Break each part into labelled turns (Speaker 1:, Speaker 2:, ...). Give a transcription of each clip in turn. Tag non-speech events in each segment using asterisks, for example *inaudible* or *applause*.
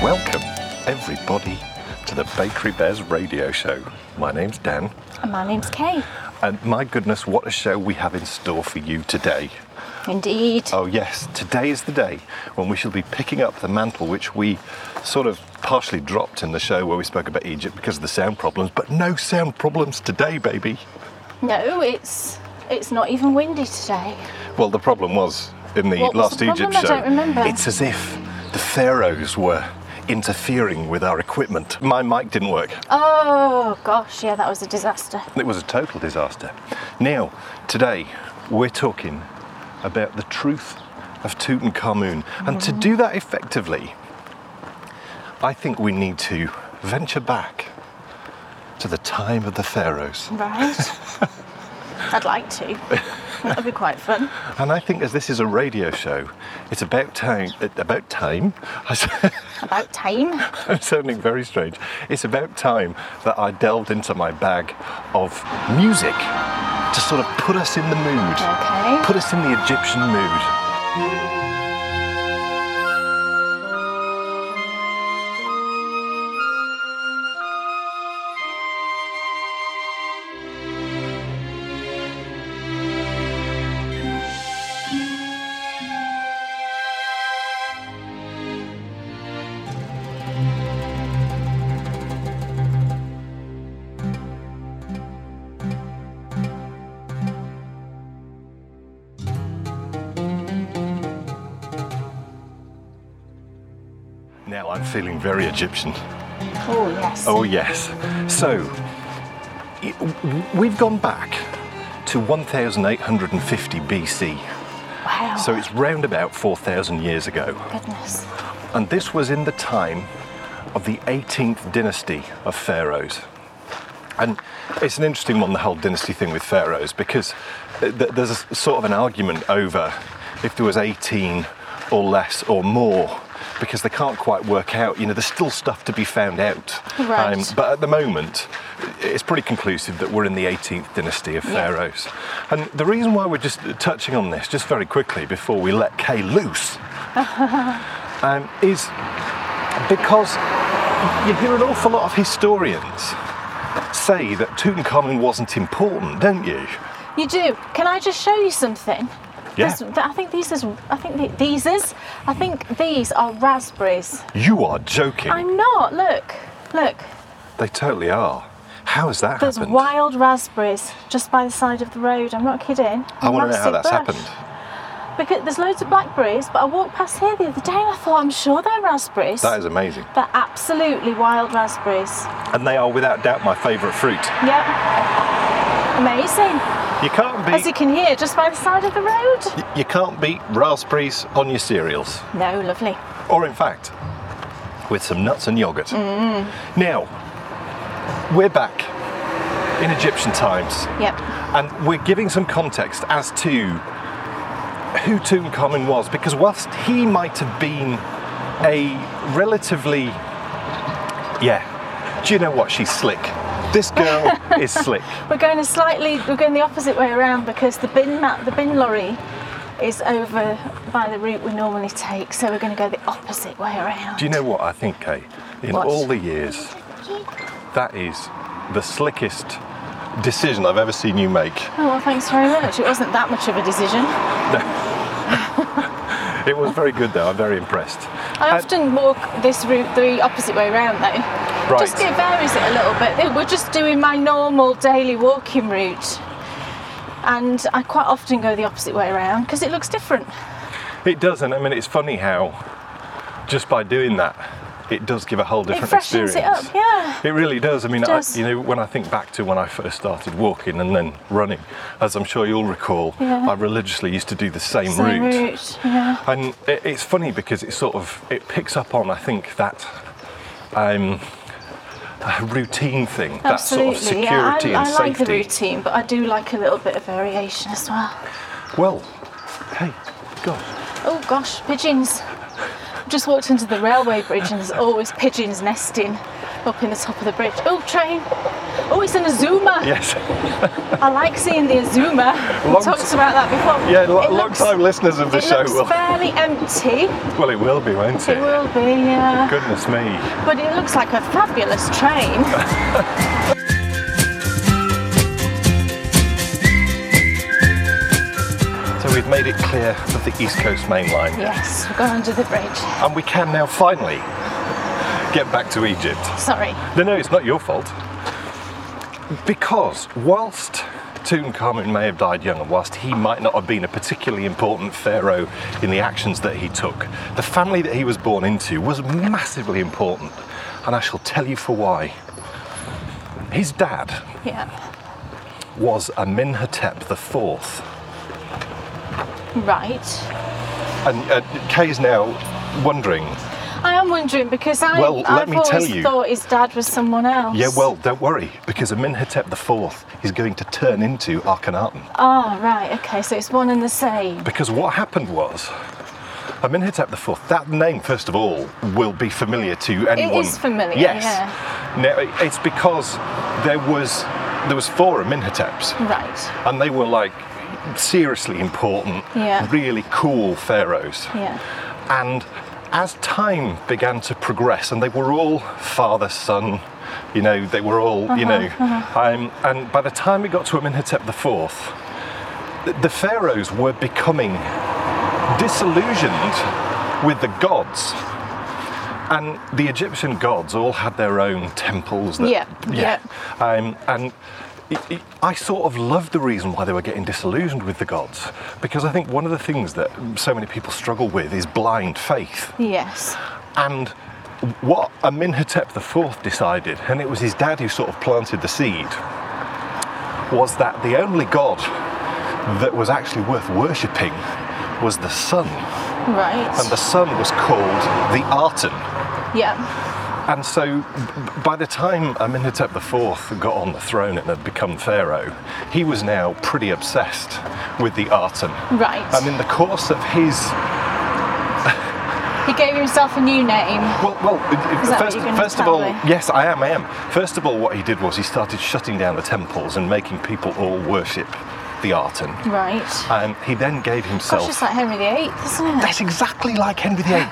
Speaker 1: Welcome, everybody, to the Bakery Bears radio show. My name's Dan,
Speaker 2: And my name's Kay.
Speaker 1: and my goodness, what a show we have in store for you today.
Speaker 2: Indeed.
Speaker 1: Oh, yes, today is the day when we shall be picking up the mantle which we sort of partially dropped in the show where we spoke about Egypt because of the sound problems, but no sound problems today, baby.
Speaker 2: No, it's it's not even windy today.
Speaker 1: Well, the problem was in the
Speaker 2: What was
Speaker 1: last
Speaker 2: the problem?
Speaker 1: Egypt
Speaker 2: I
Speaker 1: show.
Speaker 2: don't remember.
Speaker 1: It's as if the pharaohs were interfering with our equipment. My mic didn't work.
Speaker 2: Oh gosh, yeah, that was a disaster.
Speaker 1: It was a total disaster. Now, today we're talking about the truth of Tutankhamun, and to do that effectively, I think we need to venture back to the time of the pharaohs. *laughs*
Speaker 2: Right. I'd like to. That'd be quite fun.
Speaker 1: And I think as this is a radio show, it's about time. About time. *laughs*
Speaker 2: About time.
Speaker 1: I'm sounding very strange. It's about time that I delved into my bag of music to sort of put us in the mood,
Speaker 2: Okay.
Speaker 1: put us in the Egyptian mood. Now I'm feeling very Egyptian.
Speaker 2: Oh yes.
Speaker 1: Oh, yes. So, i- w- we've gone back to 1850 BC.
Speaker 2: wow.
Speaker 1: So it's round about 4,000 years ago.
Speaker 2: Goodness.
Speaker 1: And this was in the time of the 18th dynasty of pharaohs. And it's an interesting one, the whole dynasty thing with pharaohs, because th- th- there's a s- sort of an argument over if there was 18 or less or more, because they can't quite work out. You know, there's still stuff to be found out. Um,
Speaker 2: Right.
Speaker 1: but at the moment, i- it's pretty conclusive that we're in the 18th dynasty of
Speaker 2: Yeah.
Speaker 1: pharaohs. And the reason why we're just touching on this, just very quickly, before we let Kay
Speaker 2: *laughs*
Speaker 1: loose, um, is because you hear an awful lot of historians say that Tutankhamun wasn't important, don't you?
Speaker 2: You do. Can I just show you something?
Speaker 1: Yeah.
Speaker 2: This- th- I think these is. I think th- these is. I think these are raspberries.
Speaker 1: You are joking.
Speaker 2: I'm not. Look. Look.
Speaker 1: They totally are. How has that
Speaker 2: There's
Speaker 1: happened?
Speaker 2: wild raspberries just by the side of the road. I'm not kidding.
Speaker 1: I want to know how
Speaker 2: Massive
Speaker 1: that's
Speaker 2: bush.
Speaker 1: happened.
Speaker 2: Because there's loads of blackberries, but I walked past here the other day and I thought I'm sure they're raspberries.
Speaker 1: That is amazing.
Speaker 2: They're absolutely wild raspberries.
Speaker 1: And they are without doubt my favourite fruit.
Speaker 2: Yep. Amazing.
Speaker 1: You can't beat
Speaker 2: As you can hear, just by the side of the road.
Speaker 1: y- you can't beat raspberries on your cereals.
Speaker 2: No, lovely.
Speaker 1: or in fact, with some nuts and yogurt.
Speaker 2: Mm-hmm.
Speaker 1: Now, we're back in Egyptian times,
Speaker 2: Yep.
Speaker 1: and we're giving some context as to who Tutankhamun was, because whilst he might have been a relatively, yeah, do you know what? She's slick. This
Speaker 2: *laughs*
Speaker 1: girl is slick.
Speaker 2: We're going a slightly we're going the opposite way around because the bin mat the bin lorry is over by the route we normally take, so we're gonna go the opposite way around.
Speaker 1: Do you know what I think, Kate? In
Speaker 2: What?
Speaker 1: all the years, that is the slickest decision I've ever seen you make.
Speaker 2: Oh well thanks very much. It wasn't that much of a decision.
Speaker 1: It was very good though, I'm very impressed.
Speaker 2: I
Speaker 1: Uh,
Speaker 2: often walk this route the opposite way round though.
Speaker 1: Right.
Speaker 2: Just it varies it a little bit. We're just doing my normal daily walking route. And I quite often go the opposite way around because it looks different.
Speaker 1: it doesn't, I mean, it's funny how just by doing that, it does give a whole different
Speaker 2: it freshens it
Speaker 1: experience.
Speaker 2: up, yeah.
Speaker 1: It really does. I mean,
Speaker 2: does.
Speaker 1: I, you know, when I think back to when I first started walking and then running, as I'm sure you'll recall,
Speaker 2: Yeah.
Speaker 1: I religiously used to do the same,
Speaker 2: Same route, yeah.
Speaker 1: And it, it's funny because it sort of it picks up on I think that um, uh, routine thing, that sort
Speaker 2: Absolutely,
Speaker 1: of security
Speaker 2: yeah. I,
Speaker 1: and
Speaker 2: I like
Speaker 1: safety.
Speaker 2: the routine, but I do like a little bit of variation as well.
Speaker 1: Well, hey, God.
Speaker 2: Oh gosh, pigeons. Just walked into the railway bridge and there's always pigeons nesting up in the top of the bridge. Oh, train. Oh, it's an Azuma.
Speaker 1: Yes.
Speaker 2: I like seeing the Azuma. We
Speaker 1: Long-
Speaker 2: talked about that before.
Speaker 1: Yeah,
Speaker 2: It
Speaker 1: lo- long
Speaker 2: looks-
Speaker 1: time listeners of the
Speaker 2: It
Speaker 1: show
Speaker 2: looks
Speaker 1: will.
Speaker 2: fairly empty.
Speaker 1: Well, it will be, won't
Speaker 2: It
Speaker 1: it?
Speaker 2: will be, yeah.
Speaker 1: Goodness me.
Speaker 2: But it looks like a fabulous
Speaker 1: *laughs*
Speaker 2: train.
Speaker 1: So we've made it clear of the East Coast Main Line.
Speaker 2: yes, we go under the bridge.
Speaker 1: And we can now finally get back to Egypt.
Speaker 2: Sorry.
Speaker 1: No, no, it's not your fault. Because whilst Tutankhamun may have died young, and whilst he might not have been a particularly important pharaoh in the actions that he took, the family that he was born into was massively important. And I shall tell you for why. His dad
Speaker 2: Yeah.
Speaker 1: was Amenhotep IV.
Speaker 2: Right.
Speaker 1: And uh, Kay's now wondering,
Speaker 2: I am wondering because I,
Speaker 1: Well, let
Speaker 2: I've
Speaker 1: me
Speaker 2: always
Speaker 1: tell you.
Speaker 2: thought his dad was someone else.
Speaker 1: yeah, well, don't worry, because Amenhotep IV is going to turn into Akhenaten.
Speaker 2: Oh, right. Okay, so it's one and the same.
Speaker 1: Because what happened was, Amenhotep IV, that name, first of all, will be familiar to anyone.
Speaker 2: is familiar,
Speaker 1: Yes.
Speaker 2: yeah.
Speaker 1: Now, it- it's because there was, there was four Amenhoteps,
Speaker 2: Right.
Speaker 1: and they were like seriously important,
Speaker 2: Yeah.
Speaker 1: really cool pharaohs.
Speaker 2: Yeah.
Speaker 1: And as time began to progress, and they were all father, son, you know, they were all, you know, um, and by the time we got to Amenhotep IV, the, the pharaohs were becoming disillusioned with the gods. And the Egyptian gods all had their own temples. That,
Speaker 2: Yeah,
Speaker 1: Um, and it, it, I sort of love the reason why they were getting disillusioned with the gods, because I think one of the things that so many people struggle with is blind faith.
Speaker 2: Yes.
Speaker 1: And what Amenhotep IV decided, and it was his dad who sort of planted the seed, was that the only god that was actually worth worshipping was the sun.
Speaker 2: Right.
Speaker 1: And the sun was called the Aten.
Speaker 2: yeah.
Speaker 1: And so, b- by the time Amenhotep IV got on the throne and had become pharaoh, he was now pretty obsessed with the Aten.
Speaker 2: Right.
Speaker 1: And in the course of his
Speaker 2: he gave himself a new name.
Speaker 1: well, well,
Speaker 2: Is that what
Speaker 1: first,
Speaker 2: you're gonna
Speaker 1: first of
Speaker 2: tell
Speaker 1: all,
Speaker 2: me?
Speaker 1: yes, I am, I am. First of all, what he did was he started shutting down the temples and making people all worship the Aten.
Speaker 2: Right.
Speaker 1: And he then gave
Speaker 2: Gosh,
Speaker 1: himself.
Speaker 2: it's like Henry VIII, isn't it?
Speaker 1: that's exactly like Henry
Speaker 2: *laughs*
Speaker 1: VIII.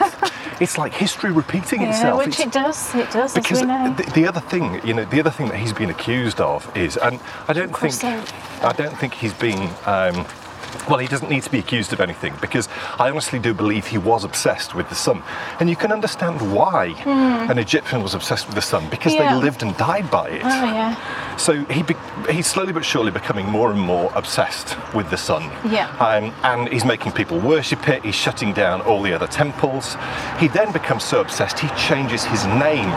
Speaker 1: it's like history repeating
Speaker 2: yeah,
Speaker 1: itself.
Speaker 2: which
Speaker 1: It's-
Speaker 2: it does. It does,
Speaker 1: because
Speaker 2: as we know.
Speaker 1: the, the other thing, you know, the other thing that he's been accused of is, and I don't think,
Speaker 2: course
Speaker 1: I don't think he's been. Um, well, he doesn't need to be accused of anything because I honestly do believe he was obsessed with the sun, and you can understand why an Egyptian was obsessed with the sun because
Speaker 2: Hmm. Yeah.
Speaker 1: they lived and died by it.
Speaker 2: oh yeah.
Speaker 1: So he be- he's slowly but surely becoming more and more obsessed with the sun.
Speaker 2: Yeah.
Speaker 1: Um, and he's making people worship it. He's shutting down all the other temples. He then becomes so obsessed he changes his name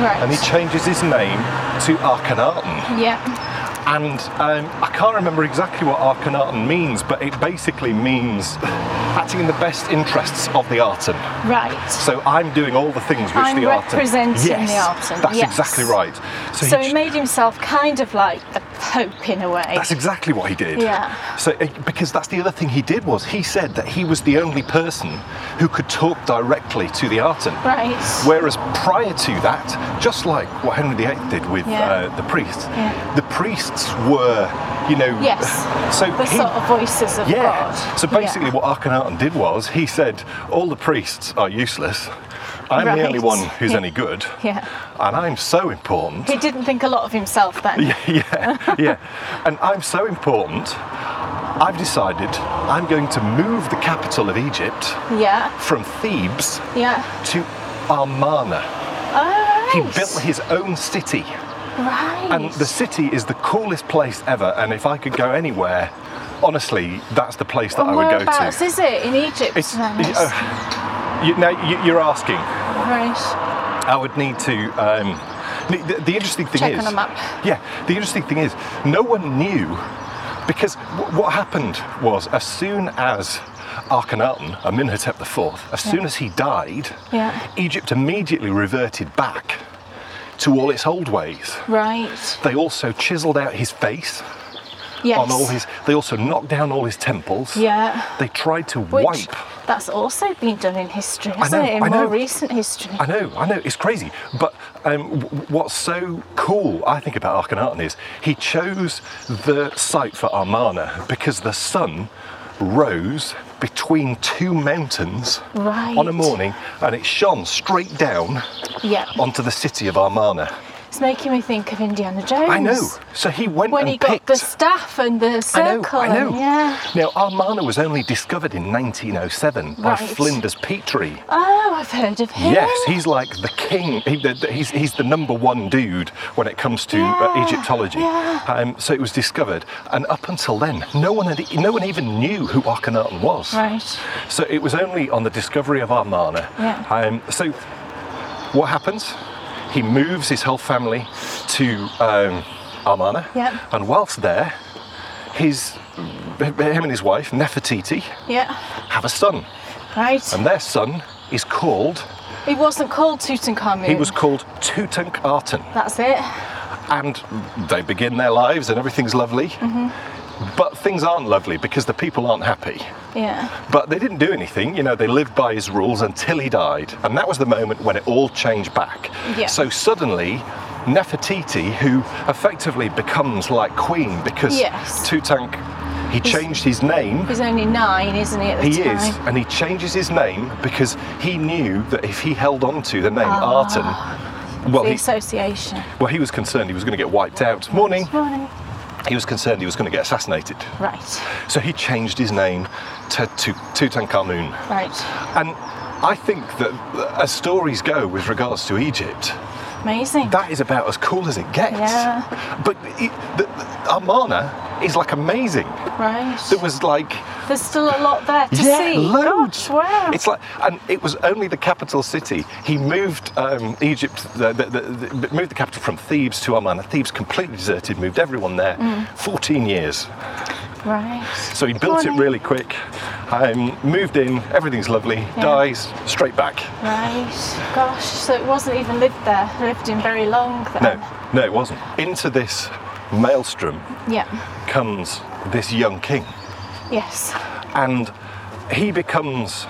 Speaker 2: Right.
Speaker 1: and he changes his name to Akhenaten.
Speaker 2: yeah.
Speaker 1: And um, I can't remember exactly what Akhenaten means, but it basically means acting in the best interests of the Aten.
Speaker 2: Right.
Speaker 1: So I'm doing all the things which
Speaker 2: I'm
Speaker 1: the Aten.
Speaker 2: representing
Speaker 1: yes,
Speaker 2: the Aten,
Speaker 1: That's
Speaker 2: yes.
Speaker 1: exactly right. So,
Speaker 2: So
Speaker 1: he,
Speaker 2: he made himself kind of like a pope in a way.
Speaker 1: that's exactly what he did.
Speaker 2: Yeah.
Speaker 1: So uh, because that's the other thing he did was he said that he was the only person who could talk directly to the Aten.
Speaker 2: right.
Speaker 1: Whereas prior to that, just like what Henry VIII did with
Speaker 2: Yeah.
Speaker 1: uh, the priests,
Speaker 2: Yeah.
Speaker 1: the priests were, you know,
Speaker 2: Yes.
Speaker 1: So
Speaker 2: the
Speaker 1: he,
Speaker 2: sort of voices of
Speaker 1: yeah.
Speaker 2: God.
Speaker 1: So basically,
Speaker 2: Yeah.
Speaker 1: what Akhenaten did was he said, "All the priests are useless. I'm the only
Speaker 2: Right.
Speaker 1: one who's
Speaker 2: Yeah.
Speaker 1: any good,
Speaker 2: Yeah.
Speaker 1: and I'm so important."
Speaker 2: He didn't think a lot of himself then.
Speaker 1: yeah, *laughs* yeah, yeah. And I'm so important. I've decided I'm going to move the capital of Egypt
Speaker 2: Yeah.
Speaker 1: from Thebes
Speaker 2: Yeah.
Speaker 1: to Amarna.
Speaker 2: Alright.
Speaker 1: He built his own city.
Speaker 2: Right.
Speaker 1: And the city is the coolest place ever. And if I could go anywhere, honestly, that's the place that
Speaker 2: and
Speaker 1: I would go
Speaker 2: whereabouts
Speaker 1: to.
Speaker 2: is it in Egypt?
Speaker 1: It's
Speaker 2: then?
Speaker 1: you- oh, you, now you, you're asking.
Speaker 2: Right.
Speaker 1: I would need to. Um, n- the, the interesting thing
Speaker 2: Check
Speaker 1: is,
Speaker 2: on a map.
Speaker 1: yeah, the interesting thing is, no one knew because wh- what happened was as soon as uh, Akhenaten, Amenhotep IV, as soon as he died,
Speaker 2: Yeah.
Speaker 1: Egypt immediately reverted back to all its old ways.
Speaker 2: Right.
Speaker 1: They also chiselled out his face on
Speaker 2: Yes.
Speaker 1: all his. They also knocked down all his temples.
Speaker 2: Yeah.
Speaker 1: They tried to
Speaker 2: Which
Speaker 1: wipe.
Speaker 2: that's also been done in history, hasn't
Speaker 1: know,
Speaker 2: it? In
Speaker 1: I know.
Speaker 2: more recent history.
Speaker 1: I know, I know, it's crazy. But um, w- what's so cool, I think, about Akhenaten is he chose the site for Armana because the sun rose between two mountains
Speaker 2: Right.
Speaker 1: on a morning and it shone straight down
Speaker 2: Yeah.
Speaker 1: onto the city of Armana.
Speaker 2: It's making me think of Indiana Jones.
Speaker 1: I know. So he went
Speaker 2: When
Speaker 1: and
Speaker 2: he got
Speaker 1: picked.
Speaker 2: the staff and the
Speaker 1: I know,
Speaker 2: circle.
Speaker 1: I know.
Speaker 2: And, yeah.
Speaker 1: Now, Armana was only discovered in 1907 by
Speaker 2: Right.
Speaker 1: Flinders Petrie.
Speaker 2: Oh, I've heard of him.
Speaker 1: Yes, he's like the king. He, the, the- he's, he's the number one dude when it comes to uh,
Speaker 2: Yeah,
Speaker 1: Egyptology.
Speaker 2: yeah.
Speaker 1: Um, so it was discovered, and up until then, no one had, no one even knew who Akhenaten was.
Speaker 2: Right.
Speaker 1: So it was only on the discovery of Armana.
Speaker 2: Yeah.
Speaker 1: Um, so what happens? He moves his whole family to um, Armana,
Speaker 2: Yeah.
Speaker 1: and whilst there, his him and his wife Nefertiti
Speaker 2: Yeah.
Speaker 1: have a son,
Speaker 2: Right.
Speaker 1: and their son is called
Speaker 2: he wasn't called Tutankhamun.
Speaker 1: he was called Tutankhaten,
Speaker 2: That's it.
Speaker 1: and they begin their lives and everything's lovely.
Speaker 2: Mm-hmm.
Speaker 1: But things aren't lovely because the people aren't happy.
Speaker 2: Yeah.
Speaker 1: But they didn't do anything, you know, they lived by his rules until he died. And that was the moment when it all changed back.
Speaker 2: Yeah.
Speaker 1: So suddenly, Nefertiti, who effectively becomes like queen because
Speaker 2: Yes.
Speaker 1: Tutank, he changed his name.
Speaker 2: He's only nine, isn't he? At the
Speaker 1: He
Speaker 2: time?
Speaker 1: is, and he changes his name because he knew that if he held on to the name
Speaker 2: Ah.
Speaker 1: Arten, well,
Speaker 2: the
Speaker 1: he,
Speaker 2: association.
Speaker 1: well, he was concerned he was going to get wiped out. Morning.
Speaker 2: Morning.
Speaker 1: He was concerned he was going to get assassinated.
Speaker 2: Right.
Speaker 1: So he changed his name to, to Tutankhamun.
Speaker 2: Right.
Speaker 1: And I think that as stories go with regards to Egypt,
Speaker 2: Amazing.
Speaker 1: that is about as cool as it gets.
Speaker 2: Yeah.
Speaker 1: But it, the, Armana is like amazing.
Speaker 2: right.
Speaker 1: There was like
Speaker 2: There's still a lot there to
Speaker 1: yeah,
Speaker 2: see.
Speaker 1: loads.
Speaker 2: Gosh, wow.
Speaker 1: It's like, and it was only the capital city. He moved um, Egypt, the, the, the, the- moved the capital from Thebes to Amman. Thebes completely deserted, moved everyone there.
Speaker 2: Mm.
Speaker 1: 14 years.
Speaker 2: right.
Speaker 1: So he built it
Speaker 2: Morning.
Speaker 1: really quick. Um, moved in, everything's lovely. Dies straight back.
Speaker 2: Right. Gosh. So it wasn't even lived there. Lived in very long. Then.
Speaker 1: No, no, it wasn't. Into this maelstrom
Speaker 2: Yeah.
Speaker 1: comes this young king,
Speaker 2: Yes.
Speaker 1: and he becomes,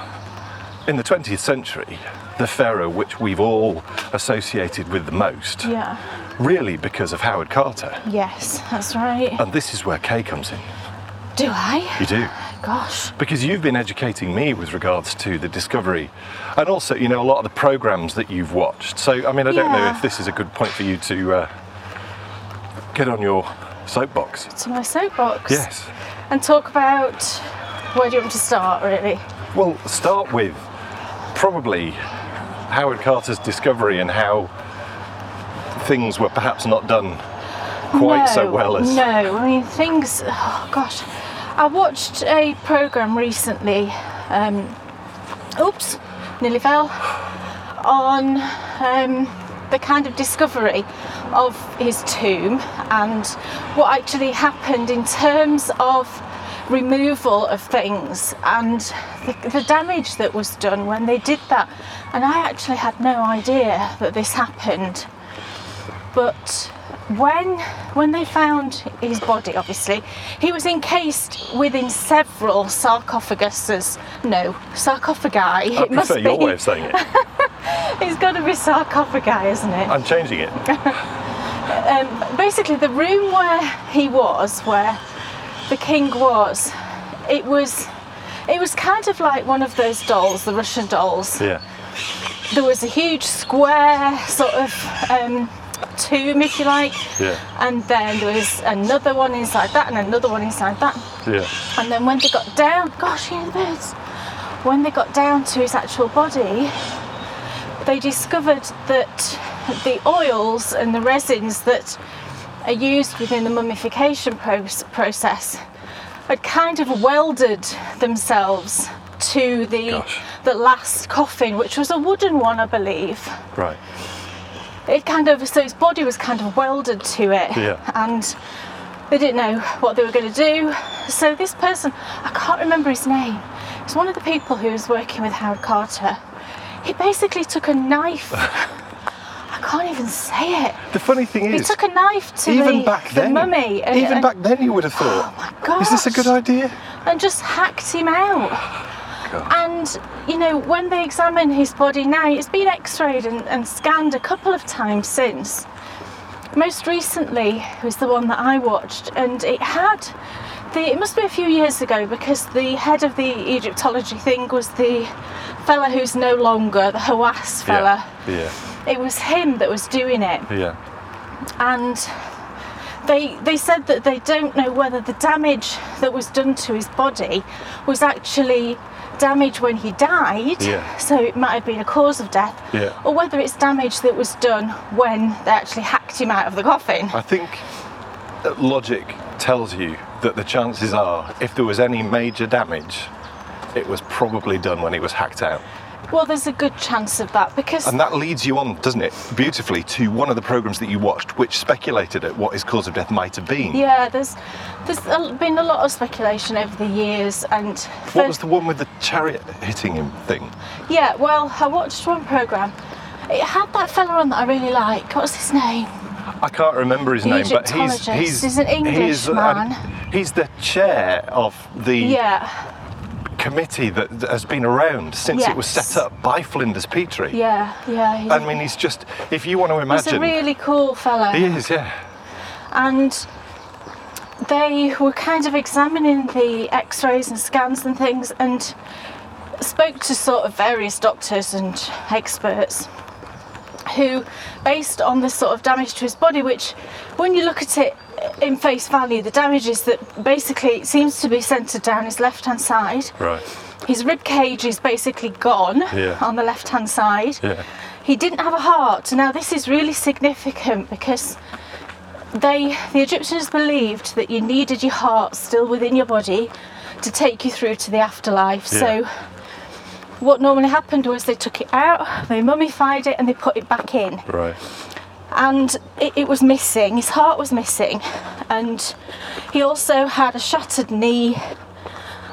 Speaker 1: in the 20th century, the pharaoh which we've all associated with the most.
Speaker 2: Yeah.
Speaker 1: Really, because of Howard Carter.
Speaker 2: Yes. That's right.
Speaker 1: And this is where Kay comes in.
Speaker 2: Do I?
Speaker 1: Uh, You do.
Speaker 2: Gosh.
Speaker 1: Because you've been educating me with regards to the discovery and also, you know, a lot of the programs that you've watched. So, I mean, I don't know
Speaker 2: Yeah.
Speaker 1: if this is a good point for you to uh, get on your soapbox.
Speaker 2: To my soapbox.
Speaker 1: Yes.
Speaker 2: And talk about where do you want to start, really?
Speaker 1: Well, start with probably Howard Carter's discovery and how things were perhaps not done quite so
Speaker 2: No,
Speaker 1: well as.
Speaker 2: No, I mean things. Oh gosh, I watched a program recently. Um, oops, nearly fell on um, the kind of discovery of his tomb and what actually happened in terms of removal of things and the, the damage that was done when they did that. And I actually had no idea that this happened but when when they found his body obviously he was encased within several sarcophaguses no sarcophagi
Speaker 1: I
Speaker 2: it must
Speaker 1: prefer
Speaker 2: be
Speaker 1: your way of saying it.
Speaker 2: it's got to be sarcophagi isn't it
Speaker 1: I'm changing it.
Speaker 2: *laughs* um, basically the room where he was where the king was it was it was kind of like one of those dolls the russian dolls
Speaker 1: Yeah.
Speaker 2: there was a huge square sort of um, tomb, if you like.
Speaker 1: Yeah.
Speaker 2: And then there was another one inside that, and another one inside that.
Speaker 1: Yeah.
Speaker 2: And then when they got down, gosh, you know the birds. When they got down to his actual body, they discovered that the oils and the resins that are used within the mummification proce- process had kind of welded themselves to the
Speaker 1: Gosh.
Speaker 2: the last coffin, which was a wooden one, I believe.
Speaker 1: Right.
Speaker 2: It kind of so his body was kind of welded to it,
Speaker 1: Yeah.
Speaker 2: and they didn't know what they were going to do. So this person, I can't remember his name. It's one of the
Speaker 1: *laughs*
Speaker 2: people who was working with Howard Carter. He basically took a knife. I can't even say it.
Speaker 1: The funny thing
Speaker 2: He
Speaker 1: is,
Speaker 2: took a knife to
Speaker 1: even
Speaker 2: the,
Speaker 1: back
Speaker 2: the
Speaker 1: then,
Speaker 2: mummy. and-
Speaker 1: even
Speaker 2: and-
Speaker 1: back then, you would have thought,
Speaker 2: Oh my God.
Speaker 1: is this a good idea?
Speaker 2: and just hacked him out.
Speaker 1: God.
Speaker 2: And you know, when they examine his body now, it's been x-rayed and, and scanned a couple of times since. Most recently was the one that I watched, and it had the it must be a few years ago because the head of the Egyptology thing was the fella who's no longer the Hawass fella.
Speaker 1: Yeah,
Speaker 2: It was him that was doing it
Speaker 1: yeah, yeah.
Speaker 2: and they they said that they don't know whether the damage that was done to his body was actually damage when he died
Speaker 1: Yeah.
Speaker 2: so it might have been a cause of death
Speaker 1: Yeah.
Speaker 2: or whether it's damage that was done when they actually hacked him out of the coffin
Speaker 1: I think that logic tells you that the chances are, if there was any major damage, it was probably done when it was hacked out.
Speaker 2: well there's a good chance of that because
Speaker 1: And that leads you on, doesn't it, beautifully to one of the programs that you watched, which speculated at what his cause of death might have been.
Speaker 2: yeah there's there's a- been a lot of speculation over the years and
Speaker 1: What
Speaker 2: for-
Speaker 1: was the one with the chariot hitting him thing?
Speaker 2: Yeah, well, I watched one programme. It had that fella on that I really like. What's his name?
Speaker 1: I can't remember his name, but he's
Speaker 2: Egyptologist.
Speaker 1: he's
Speaker 2: He's an Englishman.
Speaker 1: an- he's the chair of the
Speaker 2: Yeah,
Speaker 1: committee that that has been around since it was
Speaker 2: Yes.
Speaker 1: set up by Flinders Petrie.
Speaker 2: yeah, yeah. He's,
Speaker 1: I mean, he's just if you want to
Speaker 2: he's a
Speaker 1: imagine,
Speaker 2: really cool fella.
Speaker 1: he is, yeah,
Speaker 2: and they were kind of examining the x-rays and scans and things and spoke to sort of various doctors and experts who based on the sort of damage to his body which when you look at it in face value the damage is that basically it seems to be centered down his left hand side
Speaker 1: right,
Speaker 2: his rib cage is basically gone
Speaker 1: Yeah.
Speaker 2: on the left hand side
Speaker 1: yeah,
Speaker 2: he didn't have a heart. Now, this is really significant because they, the Egyptians believed that you needed your heart still within your body to take you through to the afterlife.
Speaker 1: Yeah.
Speaker 2: So, what normally happened was they took it out, they mummified it, and they put it back in.
Speaker 1: right,
Speaker 2: And it, it was missing, his heart was missing. And he also had a shattered knee,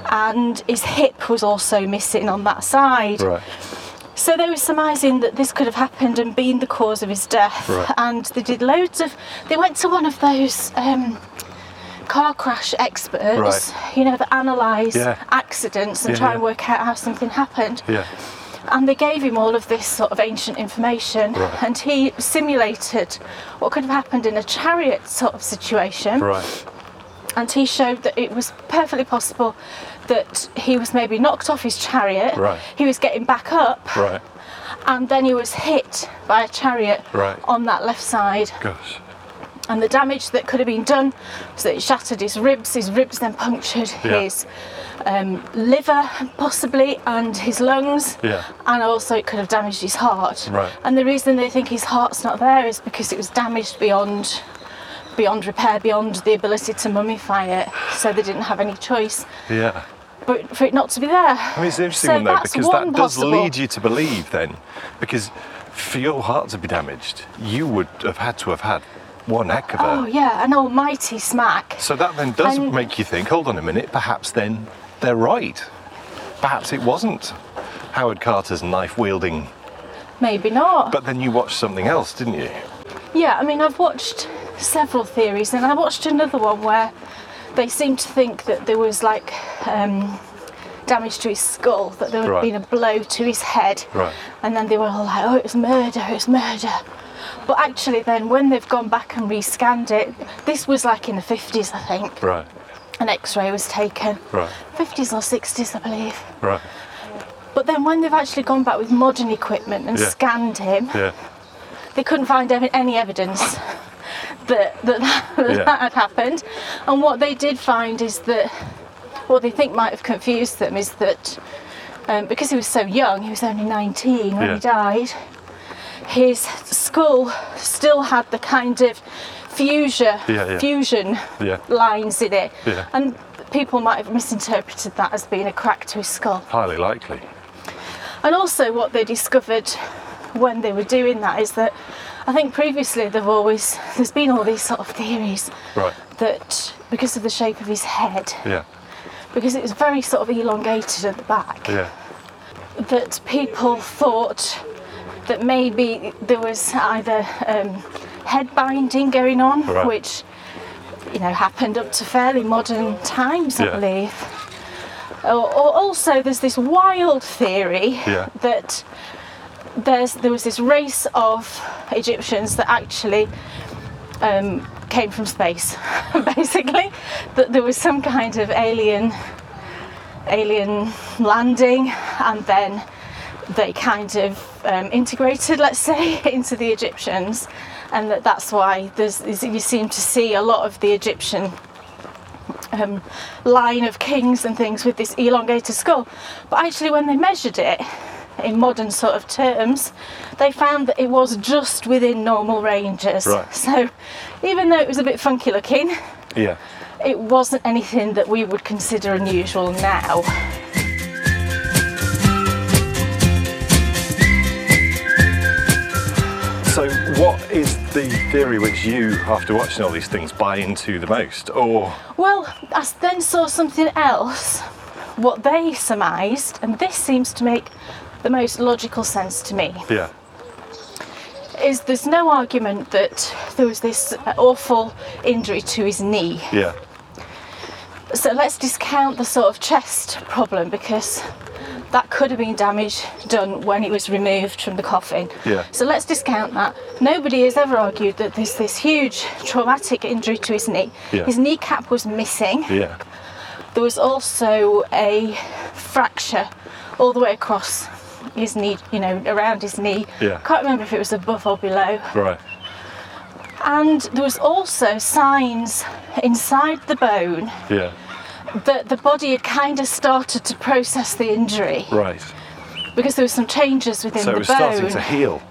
Speaker 2: and his hip was also missing on that side.
Speaker 1: right,
Speaker 2: So they were surmising that this could have happened and been the cause of his death.
Speaker 1: Right.
Speaker 2: And they did loads of. They went to one of those um, car crash experts,
Speaker 1: Right.
Speaker 2: you know, that analyse
Speaker 1: Yeah.
Speaker 2: accidents and
Speaker 1: Yeah,
Speaker 2: try
Speaker 1: yeah.
Speaker 2: and work out how something happened.
Speaker 1: yeah,
Speaker 2: And they gave him all of this sort of ancient information.
Speaker 1: Right.
Speaker 2: And he simulated what could have happened in a chariot sort of situation
Speaker 1: right,
Speaker 2: and he showed that it was perfectly possible that he was maybe knocked off his chariot.
Speaker 1: Right.
Speaker 2: He was getting back up,
Speaker 1: right,
Speaker 2: and then he was hit by a chariot
Speaker 1: Right.
Speaker 2: on that left side.
Speaker 1: gosh,
Speaker 2: And the damage that could have been done was that it shattered his ribs. His ribs then punctured
Speaker 1: Yeah.
Speaker 2: his um, liver, possibly, and his lungs.
Speaker 1: Yeah.
Speaker 2: And also, it could have damaged his heart.
Speaker 1: Right.
Speaker 2: And the reason they think his heart's not there is because it was damaged beyond beyond repair, beyond the ability to mummify it. So they didn't have any choice
Speaker 1: yeah.
Speaker 2: but for it not to be there.
Speaker 1: I mean, it's an interesting
Speaker 2: So
Speaker 1: one though
Speaker 2: that's
Speaker 1: because
Speaker 2: one
Speaker 1: that does
Speaker 2: possible-
Speaker 1: lead you to believe then, because for your heart to be damaged, you would have had to have had one heck of a.
Speaker 2: Oh yeah, an almighty smack.
Speaker 1: So that then does
Speaker 2: And-
Speaker 1: make you think, hold on a minute, perhaps then they're right. Perhaps it wasn't Howard Carter's knife wielding.
Speaker 2: Maybe not.
Speaker 1: But then you watched something else, didn't you?
Speaker 2: Yeah, I mean, I've watched several theories, and I watched another one where they seemed to think that there was like um, damage to his skull, that there had
Speaker 1: Right.
Speaker 2: been a blow to his head,
Speaker 1: Right.
Speaker 2: and then they were all like, "Oh, it was murder! It was murder!" But actually, then when they've gone back and rescanned it, this was like in the 50s, I think.
Speaker 1: Right,
Speaker 2: An X-ray was taken,
Speaker 1: right,
Speaker 2: 50s or 60s, I believe.
Speaker 1: right.
Speaker 2: But then when they've actually gone back with modern equipment and
Speaker 1: Yeah.
Speaker 2: scanned him,
Speaker 1: Yeah,
Speaker 2: they couldn't find ev- any evidence that that, *laughs* that,
Speaker 1: Yeah.
Speaker 2: that had happened. And what they did find is that what they think might have confused them is that um, because he was so young, he was only 19 when
Speaker 1: Yeah.
Speaker 2: he died, his skull still had the kind of fusion,
Speaker 1: Yeah, yeah.
Speaker 2: fusion
Speaker 1: Yeah.
Speaker 2: lines in it.
Speaker 1: Yeah.
Speaker 2: And people might have misinterpreted that as being a crack to his skull.
Speaker 1: highly likely.
Speaker 2: And also, what they discovered when they were doing that is that I think previously they've always there's been all these sort of theories
Speaker 1: Right,
Speaker 2: that because of the shape of his head,
Speaker 1: yeah,
Speaker 2: because it was very sort of elongated at the back,
Speaker 1: yeah,
Speaker 2: that people thought that maybe there was either um, head binding going on,
Speaker 1: Right.
Speaker 2: which you know happened up to fairly modern times,
Speaker 1: Yeah.
Speaker 2: I believe. Or, or also, there's this wild theory
Speaker 1: Yeah.
Speaker 2: that there's there was this race of Egyptians that actually um, came from space, *laughs* basically. That there was some kind of alien alien landing, and then they kind of um, integrated, let's say, *laughs* into the Egyptians, and that that's why there's is- you seem to see a lot of the Egyptian. Um, line of kings and things with this elongated skull, but actually, when they measured it in modern sort of terms, they found that it was just within normal ranges.
Speaker 1: Right.
Speaker 2: So, even though it was a bit funky looking,
Speaker 1: Yeah.
Speaker 2: it wasn't anything that we would consider unusual now.
Speaker 1: So, what is the theory which you, after watching all these things, buy into the most? Or
Speaker 2: Well, I s- then saw something else, what they surmised, and this seems to make the most logical sense to me.
Speaker 1: yeah,
Speaker 2: Is there's no argument that there was this uh, awful injury to his knee.
Speaker 1: yeah,
Speaker 2: So let's discount the sort of chest problem because that could have been damage done when it was removed from the coffin.
Speaker 1: Yeah.
Speaker 2: So let's discount that. Nobody has ever argued that there's this huge traumatic injury to his knee.
Speaker 1: Yeah.
Speaker 2: His kneecap was missing.
Speaker 1: yeah,
Speaker 2: There was also a fracture all the way across his knee, you know, around his knee.
Speaker 1: Yeah.
Speaker 2: Can't remember if it was above or below.
Speaker 1: right,
Speaker 2: And there was also signs inside the bone
Speaker 1: yeah,
Speaker 2: that the body had kind of started to process the injury
Speaker 1: right.
Speaker 2: because there were some changes within
Speaker 1: So it
Speaker 2: the
Speaker 1: was starting
Speaker 2: bone.
Speaker 1: to heal.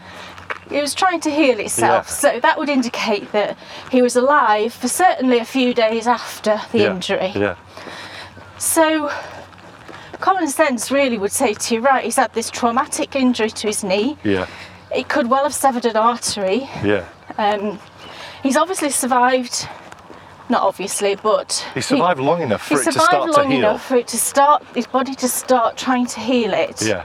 Speaker 2: it was trying to heal itself,
Speaker 1: Yeah.
Speaker 2: so that would indicate that he was alive for certainly a few days after the
Speaker 1: yeah.
Speaker 2: injury.
Speaker 1: Yeah,
Speaker 2: So, common sense really would say to you, right, he's had this traumatic injury to his knee.
Speaker 1: yeah,
Speaker 2: It could well have severed an artery.
Speaker 1: yeah.
Speaker 2: Um, he's obviously survived, not obviously, but
Speaker 1: He survived long enough
Speaker 2: He
Speaker 1: for it to
Speaker 2: survived
Speaker 1: start to
Speaker 2: long
Speaker 1: heal.
Speaker 2: enough for it to start his body to start trying to heal it.
Speaker 1: Yeah,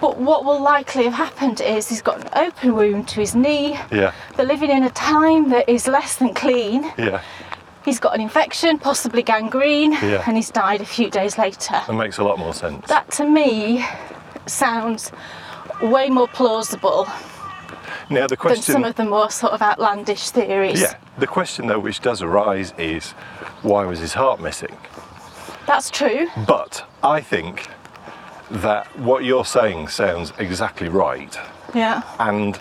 Speaker 2: But what will likely have happened is he's got an open wound to his knee.
Speaker 1: yeah,
Speaker 2: They're living in a time that is less than clean.
Speaker 1: yeah.
Speaker 2: He's got an infection, possibly gangrene,
Speaker 1: Yeah.
Speaker 2: and he's died a few days later.
Speaker 1: That makes a lot more sense.
Speaker 2: That to me sounds way more plausible
Speaker 1: now the
Speaker 2: than
Speaker 1: question.
Speaker 2: some of the more sort of outlandish theories.
Speaker 1: yeah, the question though, which does arise, is why was his heart missing?
Speaker 2: That's true.
Speaker 1: But I think that what you're saying sounds exactly right.
Speaker 2: Yeah.
Speaker 1: And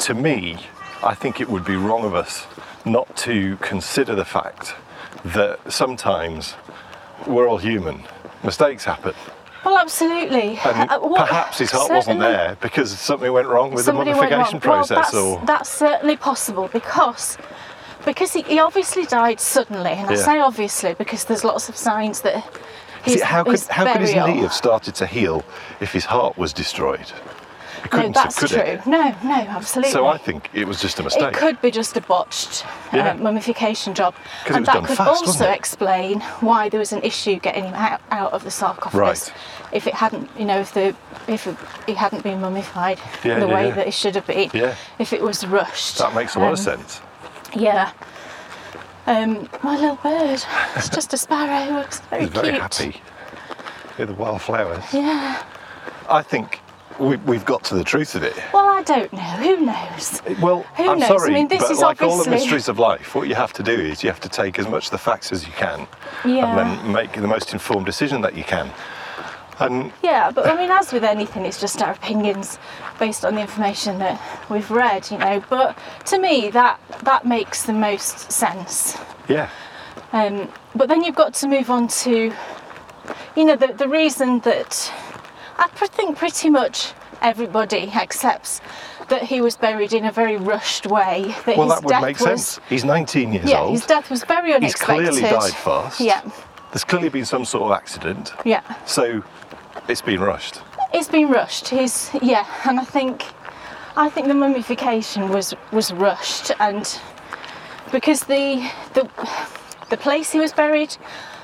Speaker 1: to me, I think it would be wrong of us not to consider the fact that sometimes we're all human. Mistakes happen.
Speaker 2: Well, absolutely.
Speaker 1: And
Speaker 2: Uh, what-
Speaker 1: perhaps his heart wasn't
Speaker 2: certainly-
Speaker 1: there because something went wrong with the
Speaker 2: Somebody went
Speaker 1: mummification
Speaker 2: wrong. Well,
Speaker 1: process
Speaker 2: that's, that's certainly possible because because he, he obviously died suddenly, and I
Speaker 1: Yeah.
Speaker 2: say obviously because there's lots of signs that
Speaker 1: or
Speaker 2: he's,
Speaker 1: See, how could
Speaker 2: his
Speaker 1: how could his
Speaker 2: burial-
Speaker 1: knee have started to heal if his heart was destroyed? It
Speaker 2: No,
Speaker 1: couldn't have,
Speaker 2: that's
Speaker 1: could
Speaker 2: true.
Speaker 1: it?
Speaker 2: No, no, absolutely.
Speaker 1: So I think it was just a mistake.
Speaker 2: it could be just a botched
Speaker 1: Yeah.
Speaker 2: uh, mummification job,
Speaker 1: 'Cause it
Speaker 2: and
Speaker 1: was
Speaker 2: that
Speaker 1: done
Speaker 2: could
Speaker 1: fast, wasn't
Speaker 2: also
Speaker 1: it?
Speaker 2: explain why there was an issue getting him out, out of the sarcophagus.
Speaker 1: Right.
Speaker 2: If it hadn't, you know, if the if he hadn't been mummified
Speaker 1: Yeah,
Speaker 2: the
Speaker 1: yeah,
Speaker 2: way
Speaker 1: yeah.
Speaker 2: that it should have been,
Speaker 1: Yeah.
Speaker 2: if it was rushed,
Speaker 1: That makes a lot
Speaker 2: Um,
Speaker 1: of sense.
Speaker 2: Yeah. Um, my little bird. It's just a sparrow. It's very
Speaker 1: *laughs* He's very
Speaker 2: cute.
Speaker 1: happy with the wildflowers.
Speaker 2: Yeah.
Speaker 1: I think we, we've got to the truth of it.
Speaker 2: Well, I don't know. Who knows?
Speaker 1: Well,
Speaker 2: Who
Speaker 1: I'm
Speaker 2: knows?
Speaker 1: sorry,
Speaker 2: I mean, this
Speaker 1: but
Speaker 2: is
Speaker 1: like all the
Speaker 2: obviously-
Speaker 1: mysteries of life, what you have to do is you have to take as much of the facts as you can,
Speaker 2: Yeah.
Speaker 1: and then make the most informed decision that you can. And
Speaker 2: Yeah, but I mean, as with anything, it's just our opinions based on the information that we've read, you know. But to me, that that makes the most sense.
Speaker 1: yeah,
Speaker 2: Um, but then you've got to move on to, you know, the, the reason that I pr- think pretty much everybody accepts that he was buried in a very rushed way. That
Speaker 1: well,
Speaker 2: his
Speaker 1: that would
Speaker 2: death
Speaker 1: make
Speaker 2: was,
Speaker 1: sense. He's 19 years
Speaker 2: Yeah,
Speaker 1: old.
Speaker 2: his death was very
Speaker 1: He's
Speaker 2: unexpected.
Speaker 1: clearly died fast.
Speaker 2: Yeah,
Speaker 1: There's clearly been some sort of accident.
Speaker 2: yeah.
Speaker 1: So it's been rushed.
Speaker 2: It's been rushed. He's yeah, and I think I think the mummification was was rushed, and because the the the place he was buried,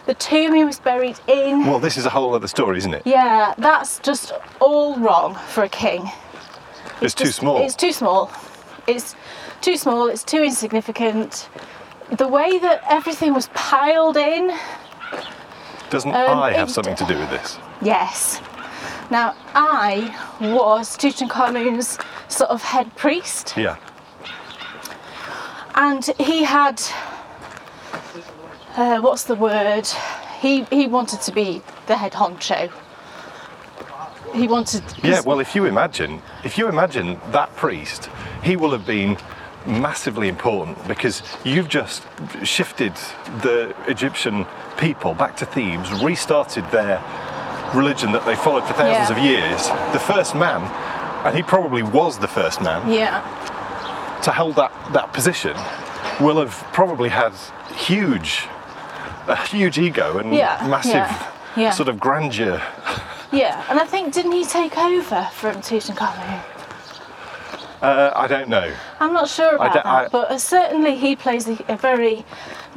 Speaker 2: the tomb he was buried in.
Speaker 1: Well, this is a whole other story, isn't it?
Speaker 2: Yeah, that's just all wrong for a king.
Speaker 1: It's too small.
Speaker 2: It's too small. It's too small. It's too insignificant. The way that everything was piled in.
Speaker 1: Doesn't
Speaker 2: um,
Speaker 1: I have
Speaker 2: it-
Speaker 1: something to do with this?
Speaker 2: Yes. Now I was Tutankhamun's sort of head priest.
Speaker 1: Yeah.
Speaker 2: and he had uh, what's the word he he wanted to be the head honcho he wanted
Speaker 1: Yeah, well, if you imagine, if you imagine that priest, he will have been massively important because you've just shifted the Egyptian people back to Thebes, restarted their religion that they followed for thousands
Speaker 2: Yeah.
Speaker 1: of years. The first man, and he probably was the first man
Speaker 2: yeah
Speaker 1: to hold that, that position, will have probably had huge, a huge ego and
Speaker 2: Yeah,
Speaker 1: massive
Speaker 2: yeah, yeah.
Speaker 1: sort of grandeur.
Speaker 2: yeah and i think didn't he take over from tutankhamun
Speaker 1: Uh, I don't know.
Speaker 2: i'm not sure about
Speaker 1: don't-
Speaker 2: that
Speaker 1: I-
Speaker 2: but uh, certainly he plays a, a very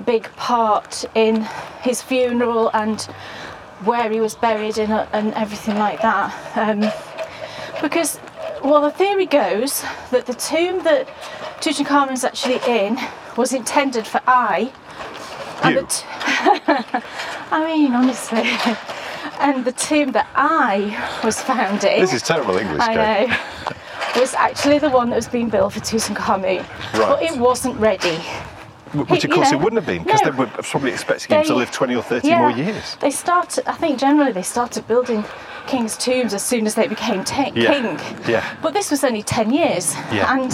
Speaker 2: big part in his funeral and where he was buried in uh, and everything like that um, Because, well, the theory goes that the tomb that Tutankhamun's actually in was intended for I. And
Speaker 1: You.
Speaker 2: the t- *laughs* I mean, honestly. *laughs* and the tomb that I was found in,
Speaker 1: This is terrible English,
Speaker 2: I
Speaker 1: Kate.
Speaker 2: know, *laughs* was actually the one that was being built for Tutankhamun. But
Speaker 1: Right.
Speaker 2: it wasn't ready.
Speaker 1: Which, of
Speaker 2: you
Speaker 1: course,
Speaker 2: know,
Speaker 1: it wouldn't have been because
Speaker 2: no.
Speaker 1: they were probably expecting him to
Speaker 2: They-
Speaker 1: live 20 or 30 more years.
Speaker 2: They started, I think generally they started building king's tombs as soon as they became ta-
Speaker 1: Yeah.
Speaker 2: king.
Speaker 1: Yeah.
Speaker 2: But this was only 10 years.
Speaker 1: Yeah.
Speaker 2: And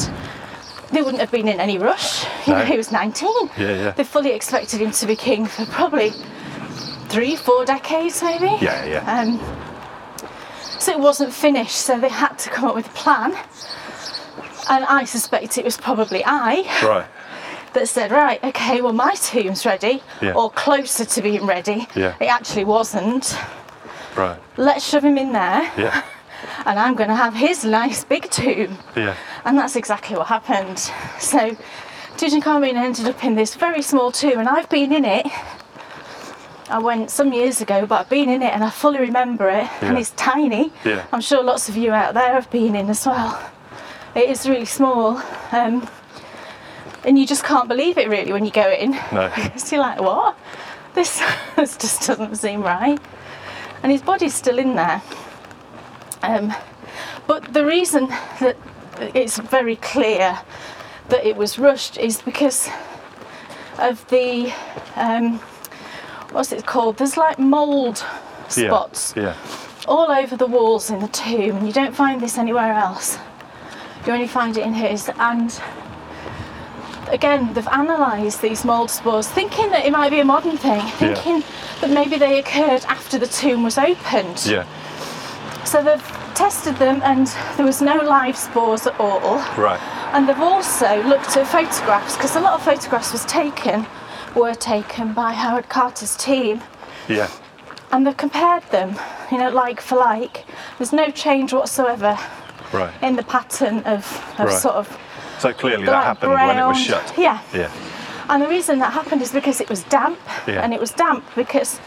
Speaker 2: they wouldn't have been in any rush. You
Speaker 1: No.
Speaker 2: know, he was 19.
Speaker 1: Yeah, yeah.
Speaker 2: They fully expected him to be king for probably three, four decades maybe.
Speaker 1: Yeah, yeah.
Speaker 2: Um, so it wasn't finished, so they had to come up with a plan. And I suspect it was probably I
Speaker 1: right.
Speaker 2: that said, right, okay, well, my tomb's ready,
Speaker 1: Yeah.
Speaker 2: or closer to being ready.
Speaker 1: Yeah.
Speaker 2: It actually wasn't.
Speaker 1: Right.
Speaker 2: Let's shove him in there,
Speaker 1: Yeah.
Speaker 2: and I'm going to have his nice big tomb.
Speaker 1: Yeah.
Speaker 2: And that's exactly what happened. So Tutankhamun ended up in this very small tomb, and I've been in it. I went some years ago, but I've been in it and I fully remember it, and
Speaker 1: Yeah.
Speaker 2: it's tiny.
Speaker 1: Yeah.
Speaker 2: I'm sure lots of you out there have been in as well. It is really small, um, and you just can't believe it really when you go in.
Speaker 1: No.
Speaker 2: Because *laughs* you're like, what? This, *laughs* this just doesn't seem right. And his body's still in there. Um, but the reason that it's very clear that it was rushed is because of the um, what's it called? There's like mould
Speaker 1: Yeah.
Speaker 2: spots
Speaker 1: Yeah.
Speaker 2: all over the walls in the tomb, and you don't find this anywhere else. You only find it in his. And again, they've analysed these mould spores, thinking that it might be a modern thing, thinking that maybe they occurred after the tomb was opened.
Speaker 1: Yeah.
Speaker 2: So they've tested them, and there was no live spores at all.
Speaker 1: Right.
Speaker 2: And they've also looked at photographs because a lot of photographs was taken, were taken by Howard Carter's team,
Speaker 1: Yeah.
Speaker 2: and they've compared them, you know, like for like. There's no change whatsoever
Speaker 1: Right.
Speaker 2: in the pattern of, of
Speaker 1: Right.
Speaker 2: sort of
Speaker 1: So clearly that
Speaker 2: like
Speaker 1: happened when it was
Speaker 2: brown-
Speaker 1: shut.
Speaker 2: Yeah.
Speaker 1: Yeah.
Speaker 2: And the reason that happened is because it was damp,
Speaker 1: Yeah.
Speaker 2: and it was damp because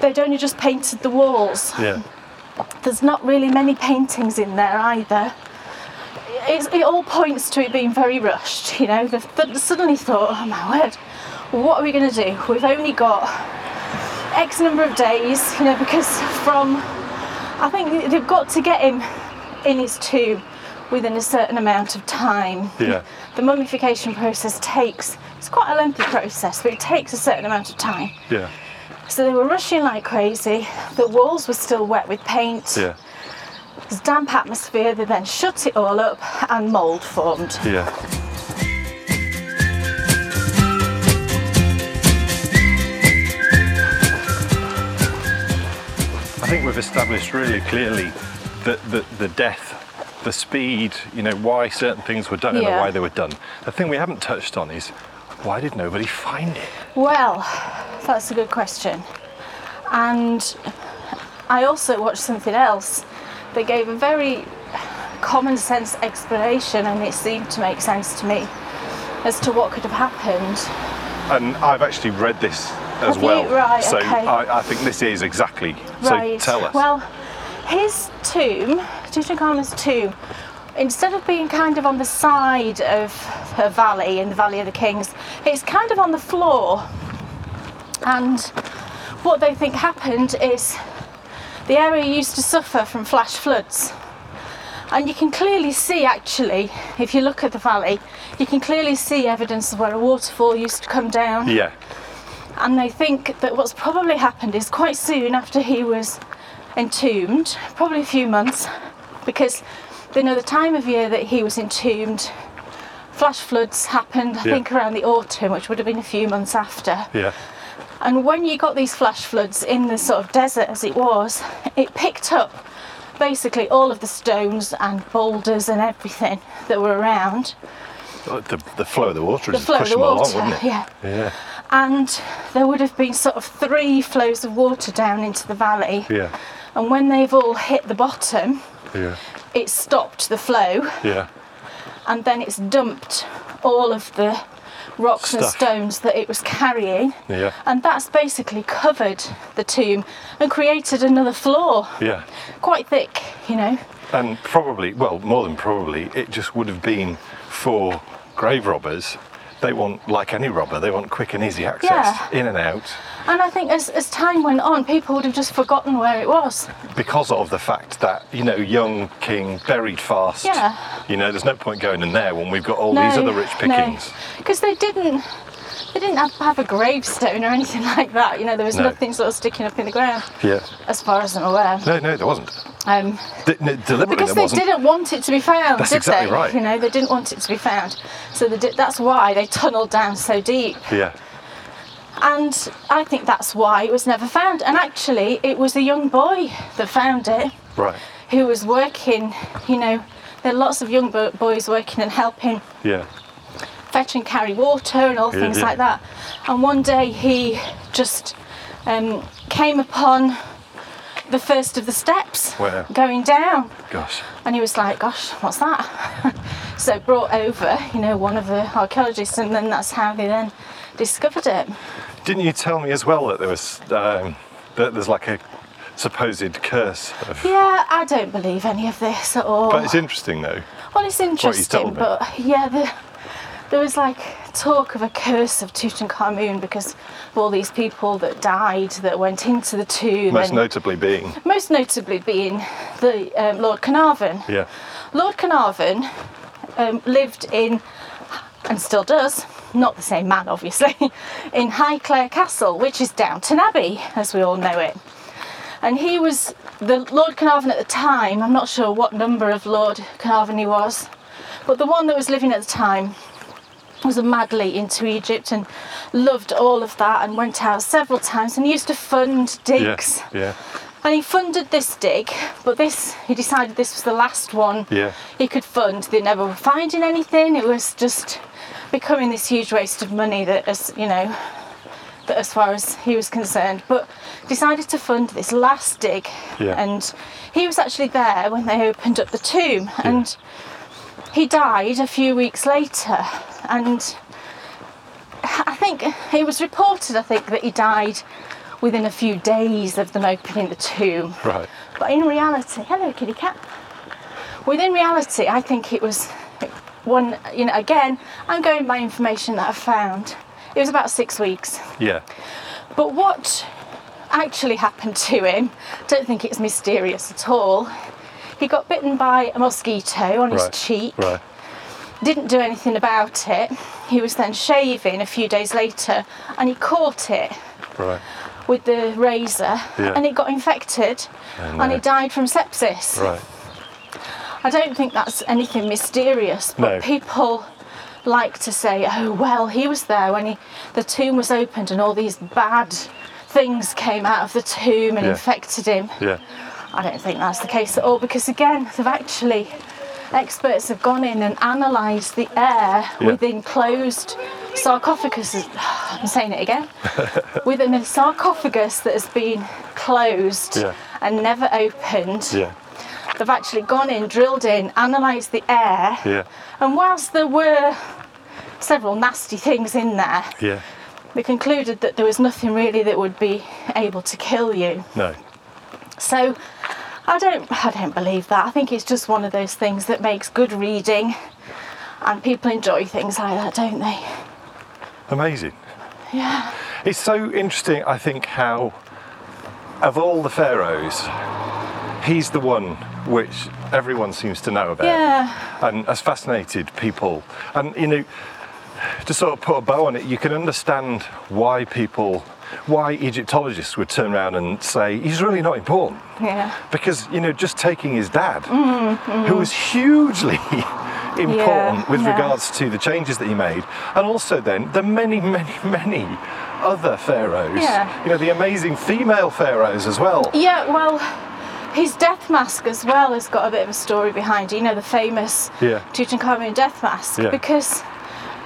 Speaker 2: they'd only just painted the walls.
Speaker 1: Yeah.
Speaker 2: There's not really many paintings in there either. It's, it all points to it being very rushed, you know. They've th- suddenly thought, oh my word, what are we going to do? We've only got X number of days, you know, because from, I think they've got to get him in his tomb within a certain amount of time.
Speaker 1: Yeah.
Speaker 2: The mummification process takes, it's quite a lengthy process, but it takes a certain amount of time.
Speaker 1: Yeah.
Speaker 2: So they were rushing like crazy. The walls were still wet with paint.
Speaker 1: Yeah.
Speaker 2: It was damp atmosphere. They then shut it all up and mould formed.
Speaker 1: Yeah. I think we've established really clearly that the, the death, the speed, you know, why certain things were done and
Speaker 2: Yeah.
Speaker 1: why they were done. The thing we haven't touched on is why did nobody find it?
Speaker 2: Well, that's a good question. And I also watched something else that gave a very common sense explanation, and it seemed to make sense to me as to what could have happened.
Speaker 1: And I've actually read this as
Speaker 2: Have you?
Speaker 1: well.
Speaker 2: Right,
Speaker 1: so
Speaker 2: okay.
Speaker 1: I, I think this is exactly. So
Speaker 2: right.
Speaker 1: tell us.
Speaker 2: Well, his tomb, Tutankhamun's tomb, instead of being kind of on the side of her valley in the Valley of the Kings, it's kind of on the floor. And what they think happened is the area used to suffer from flash floods. And you can clearly see, actually, if you look at the valley, you can clearly see evidence of where a waterfall used to come down.
Speaker 1: Yeah.
Speaker 2: And they think that what's probably happened is quite soon after he was entombed, probably a few months, because they know the time of year that he was entombed, flash floods happened, I
Speaker 1: Yeah.
Speaker 2: think around the autumn, which would have been a few months after.
Speaker 1: Yeah.
Speaker 2: And when you got these flash floods in the sort of desert as it was, it picked up basically all of the stones and boulders and everything that were around.
Speaker 1: The, the flow of the water
Speaker 2: The
Speaker 1: is
Speaker 2: flow of
Speaker 1: pushing
Speaker 2: the
Speaker 1: them along,
Speaker 2: water,
Speaker 1: wouldn't it?
Speaker 2: yeah. *laughs*
Speaker 1: Yeah.
Speaker 2: And there would have been sort of three flows of water down into the valley.
Speaker 1: Yeah.
Speaker 2: And when they've all hit the bottom,
Speaker 1: Yeah.
Speaker 2: it stopped the flow
Speaker 1: Yeah.
Speaker 2: and then it's dumped all of the rocks and
Speaker 1: Stuff.
Speaker 2: stones that it was carrying.
Speaker 1: Yeah.
Speaker 2: And that's basically covered the tomb and created another floor.
Speaker 1: Yeah.
Speaker 2: Quite thick, you know.
Speaker 1: And probably, well, more than probably, it just would have been for grave robbers. They want, like any robber, they want quick and easy access
Speaker 2: Yeah.
Speaker 1: in and out
Speaker 2: And I think as, as time went on, people would have just forgotten where it was.
Speaker 1: because of the fact that, you know, young king buried fast.
Speaker 2: Yeah.
Speaker 1: You know, there's no point going in there when we've got all these other rich pickings.
Speaker 2: Because they didn't. They didn't have, have a gravestone or *laughs* anything like that. You know, there was
Speaker 1: No.
Speaker 2: nothing sort of sticking up in the ground,
Speaker 1: Yeah.
Speaker 2: as far as I'm aware.
Speaker 1: No, no, there wasn't.
Speaker 2: Um,
Speaker 1: D- no, deliberately,
Speaker 2: Because
Speaker 1: there
Speaker 2: they
Speaker 1: wasn't.
Speaker 2: didn't want it to be found,
Speaker 1: That's
Speaker 2: did
Speaker 1: exactly
Speaker 2: they?
Speaker 1: right.
Speaker 2: You know, they didn't want it to be found. So they did, that's why they tunnelled down so deep.
Speaker 1: Yeah.
Speaker 2: And I think that's why it was never found. And actually, it was a young boy that found it
Speaker 1: Right.
Speaker 2: who was working, you know, there are lots of young bo- boys working and helping
Speaker 1: Yeah.
Speaker 2: fetch and carry water and all
Speaker 1: Yeah,
Speaker 2: things
Speaker 1: yeah.
Speaker 2: like that. And one day he just um, came upon the first of the steps
Speaker 1: Wow.
Speaker 2: going down.
Speaker 1: Gosh.
Speaker 2: And he was like, gosh, what's that? *laughs* so brought over, you know, one of the archaeologists, and then that's how they then discovered it.
Speaker 1: Didn't you tell me as well that there was um, that there's like a supposed curse? Of,
Speaker 2: Yeah, I don't believe any of this at all.
Speaker 1: But it's interesting though.
Speaker 2: well, it's
Speaker 1: told
Speaker 2: interesting,
Speaker 1: me.
Speaker 2: but yeah, the, there was like talk of a curse of Tutankhamun because of all these people that died that went into the tomb.
Speaker 1: Most
Speaker 2: and
Speaker 1: notably being.
Speaker 2: most notably being the um, Lord Carnarvon.
Speaker 1: Yeah.
Speaker 2: Lord Carnarvon um, lived in, and still does, not the same man obviously, *laughs* in Highclere Castle, which is Downton Abbey as we all know it. And he was the Lord Carnarvon at the time, I'm not sure what number of Lord Carnarvon he was, but the one that was living at the time was madly into Egypt and loved all of that and went out several times and used to fund
Speaker 1: Yeah.
Speaker 2: digs.
Speaker 1: Yeah.
Speaker 2: And he funded this dig, but this he decided this was the last one
Speaker 1: Yeah.
Speaker 2: he could fund. They never were finding anything. It was just becoming this huge waste of money that as you know that as far as he was concerned. But decided to fund this last dig.
Speaker 1: Yeah.
Speaker 2: And he was actually there when they opened up the tomb and he died a few weeks later. And I think it was reported, I think, that he died within a few days of them opening the tomb.
Speaker 1: Right.
Speaker 2: But in reality, hello kitty cat. Within reality, I think it was one, you know, again, I'm going by information that I found. It was about six weeks.
Speaker 1: Yeah.
Speaker 2: But what actually happened to him, don't think it's mysterious at all. He got bitten by a mosquito on his
Speaker 1: right.
Speaker 2: cheek
Speaker 1: Right.
Speaker 2: didn't do anything about it. He was then shaving a few days later and he caught it
Speaker 1: Right.
Speaker 2: with the razor
Speaker 1: Yeah.
Speaker 2: and it got infected
Speaker 1: Oh,
Speaker 2: and
Speaker 1: no.
Speaker 2: he died from sepsis.
Speaker 1: Right.
Speaker 2: I don't think that's anything mysterious, but
Speaker 1: No.
Speaker 2: people like to say, oh, well, he was there when he, the tomb was opened and all these bad things came out of the tomb and
Speaker 1: Yeah.
Speaker 2: infected him.
Speaker 1: Yeah.
Speaker 2: I don't think that's the case at all because again they've actually experts have gone in and analysed the air within closed sarcophaguses *sighs* I'm saying
Speaker 1: *laughs*
Speaker 2: it again within a sarcophagus that has been closed
Speaker 1: Yeah.
Speaker 2: and never opened
Speaker 1: Yeah.
Speaker 2: they've actually gone in drilled in analysed the air
Speaker 1: Yeah.
Speaker 2: and whilst there were several nasty things in there
Speaker 1: Yeah.
Speaker 2: they concluded that there was nothing really that would be able to kill you
Speaker 1: No.
Speaker 2: so I don't, I don't believe that. I think it's just one of those things that makes good reading, and people enjoy things like that, don't they?
Speaker 1: Amazing.
Speaker 2: Yeah.
Speaker 1: It's so interesting, I think, how of all the pharaohs, he's the one which everyone seems to know about
Speaker 2: Yeah.
Speaker 1: and has fascinated people. And you know, to sort of put a bow on it, you can understand why people, why Egyptologists would turn around and say he's really not important.
Speaker 2: Yeah.
Speaker 1: Because you know, just taking his dad, who was hugely *laughs* important with
Speaker 2: Mm-hmm, yeah.
Speaker 1: regards to the changes that he made, and also then the many, many, many other pharaohs.
Speaker 2: Yeah.
Speaker 1: You know, the amazing female pharaohs as well.
Speaker 2: Yeah, well, his death mask as well has got a bit of a story behind it. You know, the famous
Speaker 1: Yeah.
Speaker 2: Tutankhamun death mask
Speaker 1: Yeah.
Speaker 2: because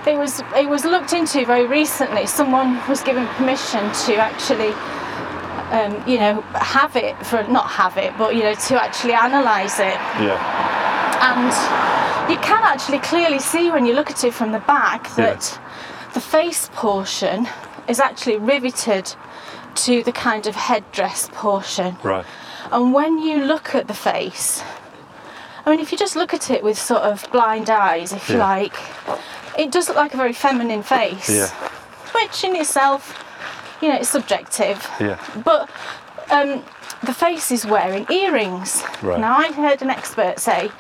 Speaker 2: it was it was looked into very recently. Someone was given permission to actually. Um, you know, have it for not have it, but you know, to actually analyse it,
Speaker 1: Yeah.
Speaker 2: and you can actually clearly see when you look at it from the back
Speaker 1: Yeah.
Speaker 2: that the face portion is actually riveted to the kind of headdress portion.
Speaker 1: Right.
Speaker 2: And when you look at the face, I mean, if you just look at it with sort of blind eyes, if you
Speaker 1: Yeah.
Speaker 2: like, it does look like a very feminine face.
Speaker 1: Yeah.
Speaker 2: Which in itself, you know, it's subjective.
Speaker 1: Yeah.
Speaker 2: But um, the face is wearing earrings.
Speaker 1: Right.
Speaker 2: Now, I heard an expert say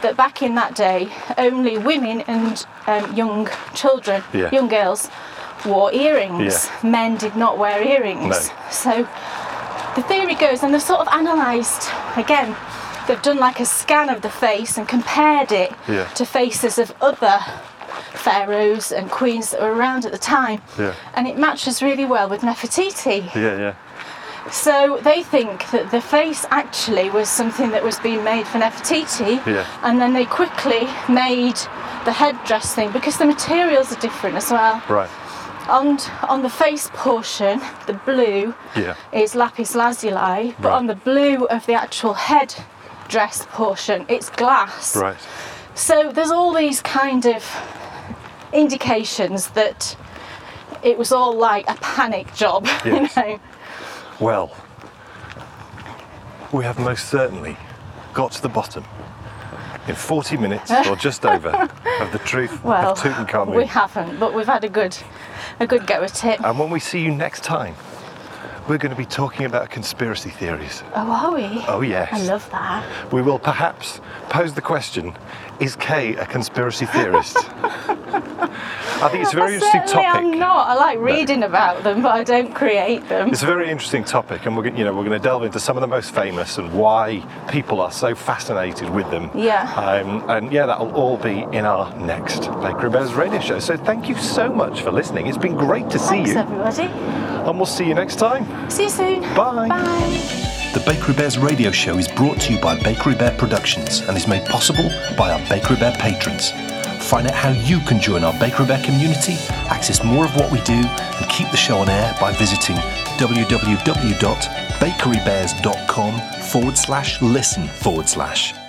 Speaker 2: that back in that day, only women and um, young children,
Speaker 1: Yeah.
Speaker 2: young girls, wore earrings.
Speaker 1: Yeah.
Speaker 2: Men did not wear earrings.
Speaker 1: No.
Speaker 2: So the theory goes, and they've sort of analysed again. They've done like a scan of the face and compared it
Speaker 1: Yeah.
Speaker 2: to faces of other pharaohs and queens that were around at the time.
Speaker 1: Yeah.
Speaker 2: And it matches really well with Nefertiti.
Speaker 1: Yeah. Yeah.
Speaker 2: So they think that the face actually was something that was being made for Nefertiti,
Speaker 1: Yeah.
Speaker 2: and then they quickly made the headdress thing because the materials are different as well.
Speaker 1: Right.
Speaker 2: On on the face portion, the blue
Speaker 1: Yeah.
Speaker 2: is lapis lazuli, but
Speaker 1: Right.
Speaker 2: on the blue of the actual head dress portion, it's glass.
Speaker 1: Right.
Speaker 2: So there's all these kind of indications that it was all like a panic job, *laughs*
Speaker 1: Yes.
Speaker 2: you know.
Speaker 1: Well, we have most certainly got to the bottom in 40
Speaker 2: *laughs*
Speaker 1: minutes or just over of the truth
Speaker 2: Well,
Speaker 1: of Tutankhamun.
Speaker 2: we haven't, but we've had a good, a good go at it.
Speaker 1: and when we see you next time, we're going to be talking about conspiracy theories.
Speaker 2: oh, are we?
Speaker 1: Oh, yes.
Speaker 2: I love that.
Speaker 1: We will perhaps pose the question is Kay a conspiracy
Speaker 2: *laughs*
Speaker 1: theorist? I think it's a very
Speaker 2: I
Speaker 1: interesting
Speaker 2: certainly
Speaker 1: topic.
Speaker 2: am not. I like reading about them, but I don't create them.
Speaker 1: It's a very interesting topic, and we're going, you know we're going to delve into some of the most famous and why people are so fascinated with them.
Speaker 2: Yeah.
Speaker 1: Um, and yeah, that'll all be in our next Baker and Bears Radio Show. So thank you so much for listening. It's been great to see
Speaker 2: Thanks,
Speaker 1: you,
Speaker 2: everybody.
Speaker 1: and we'll see you next time.
Speaker 2: See you soon.
Speaker 1: Bye.
Speaker 2: Bye.
Speaker 3: The Bakery Bears radio show is brought to you by Bakery Bear Productions and is made possible by our Bakery Bear patrons. Find out how you can join our Bakery Bear community, access more of what we do, and keep the show on air by visiting www.bakerybears.com forward slash listen forward slash.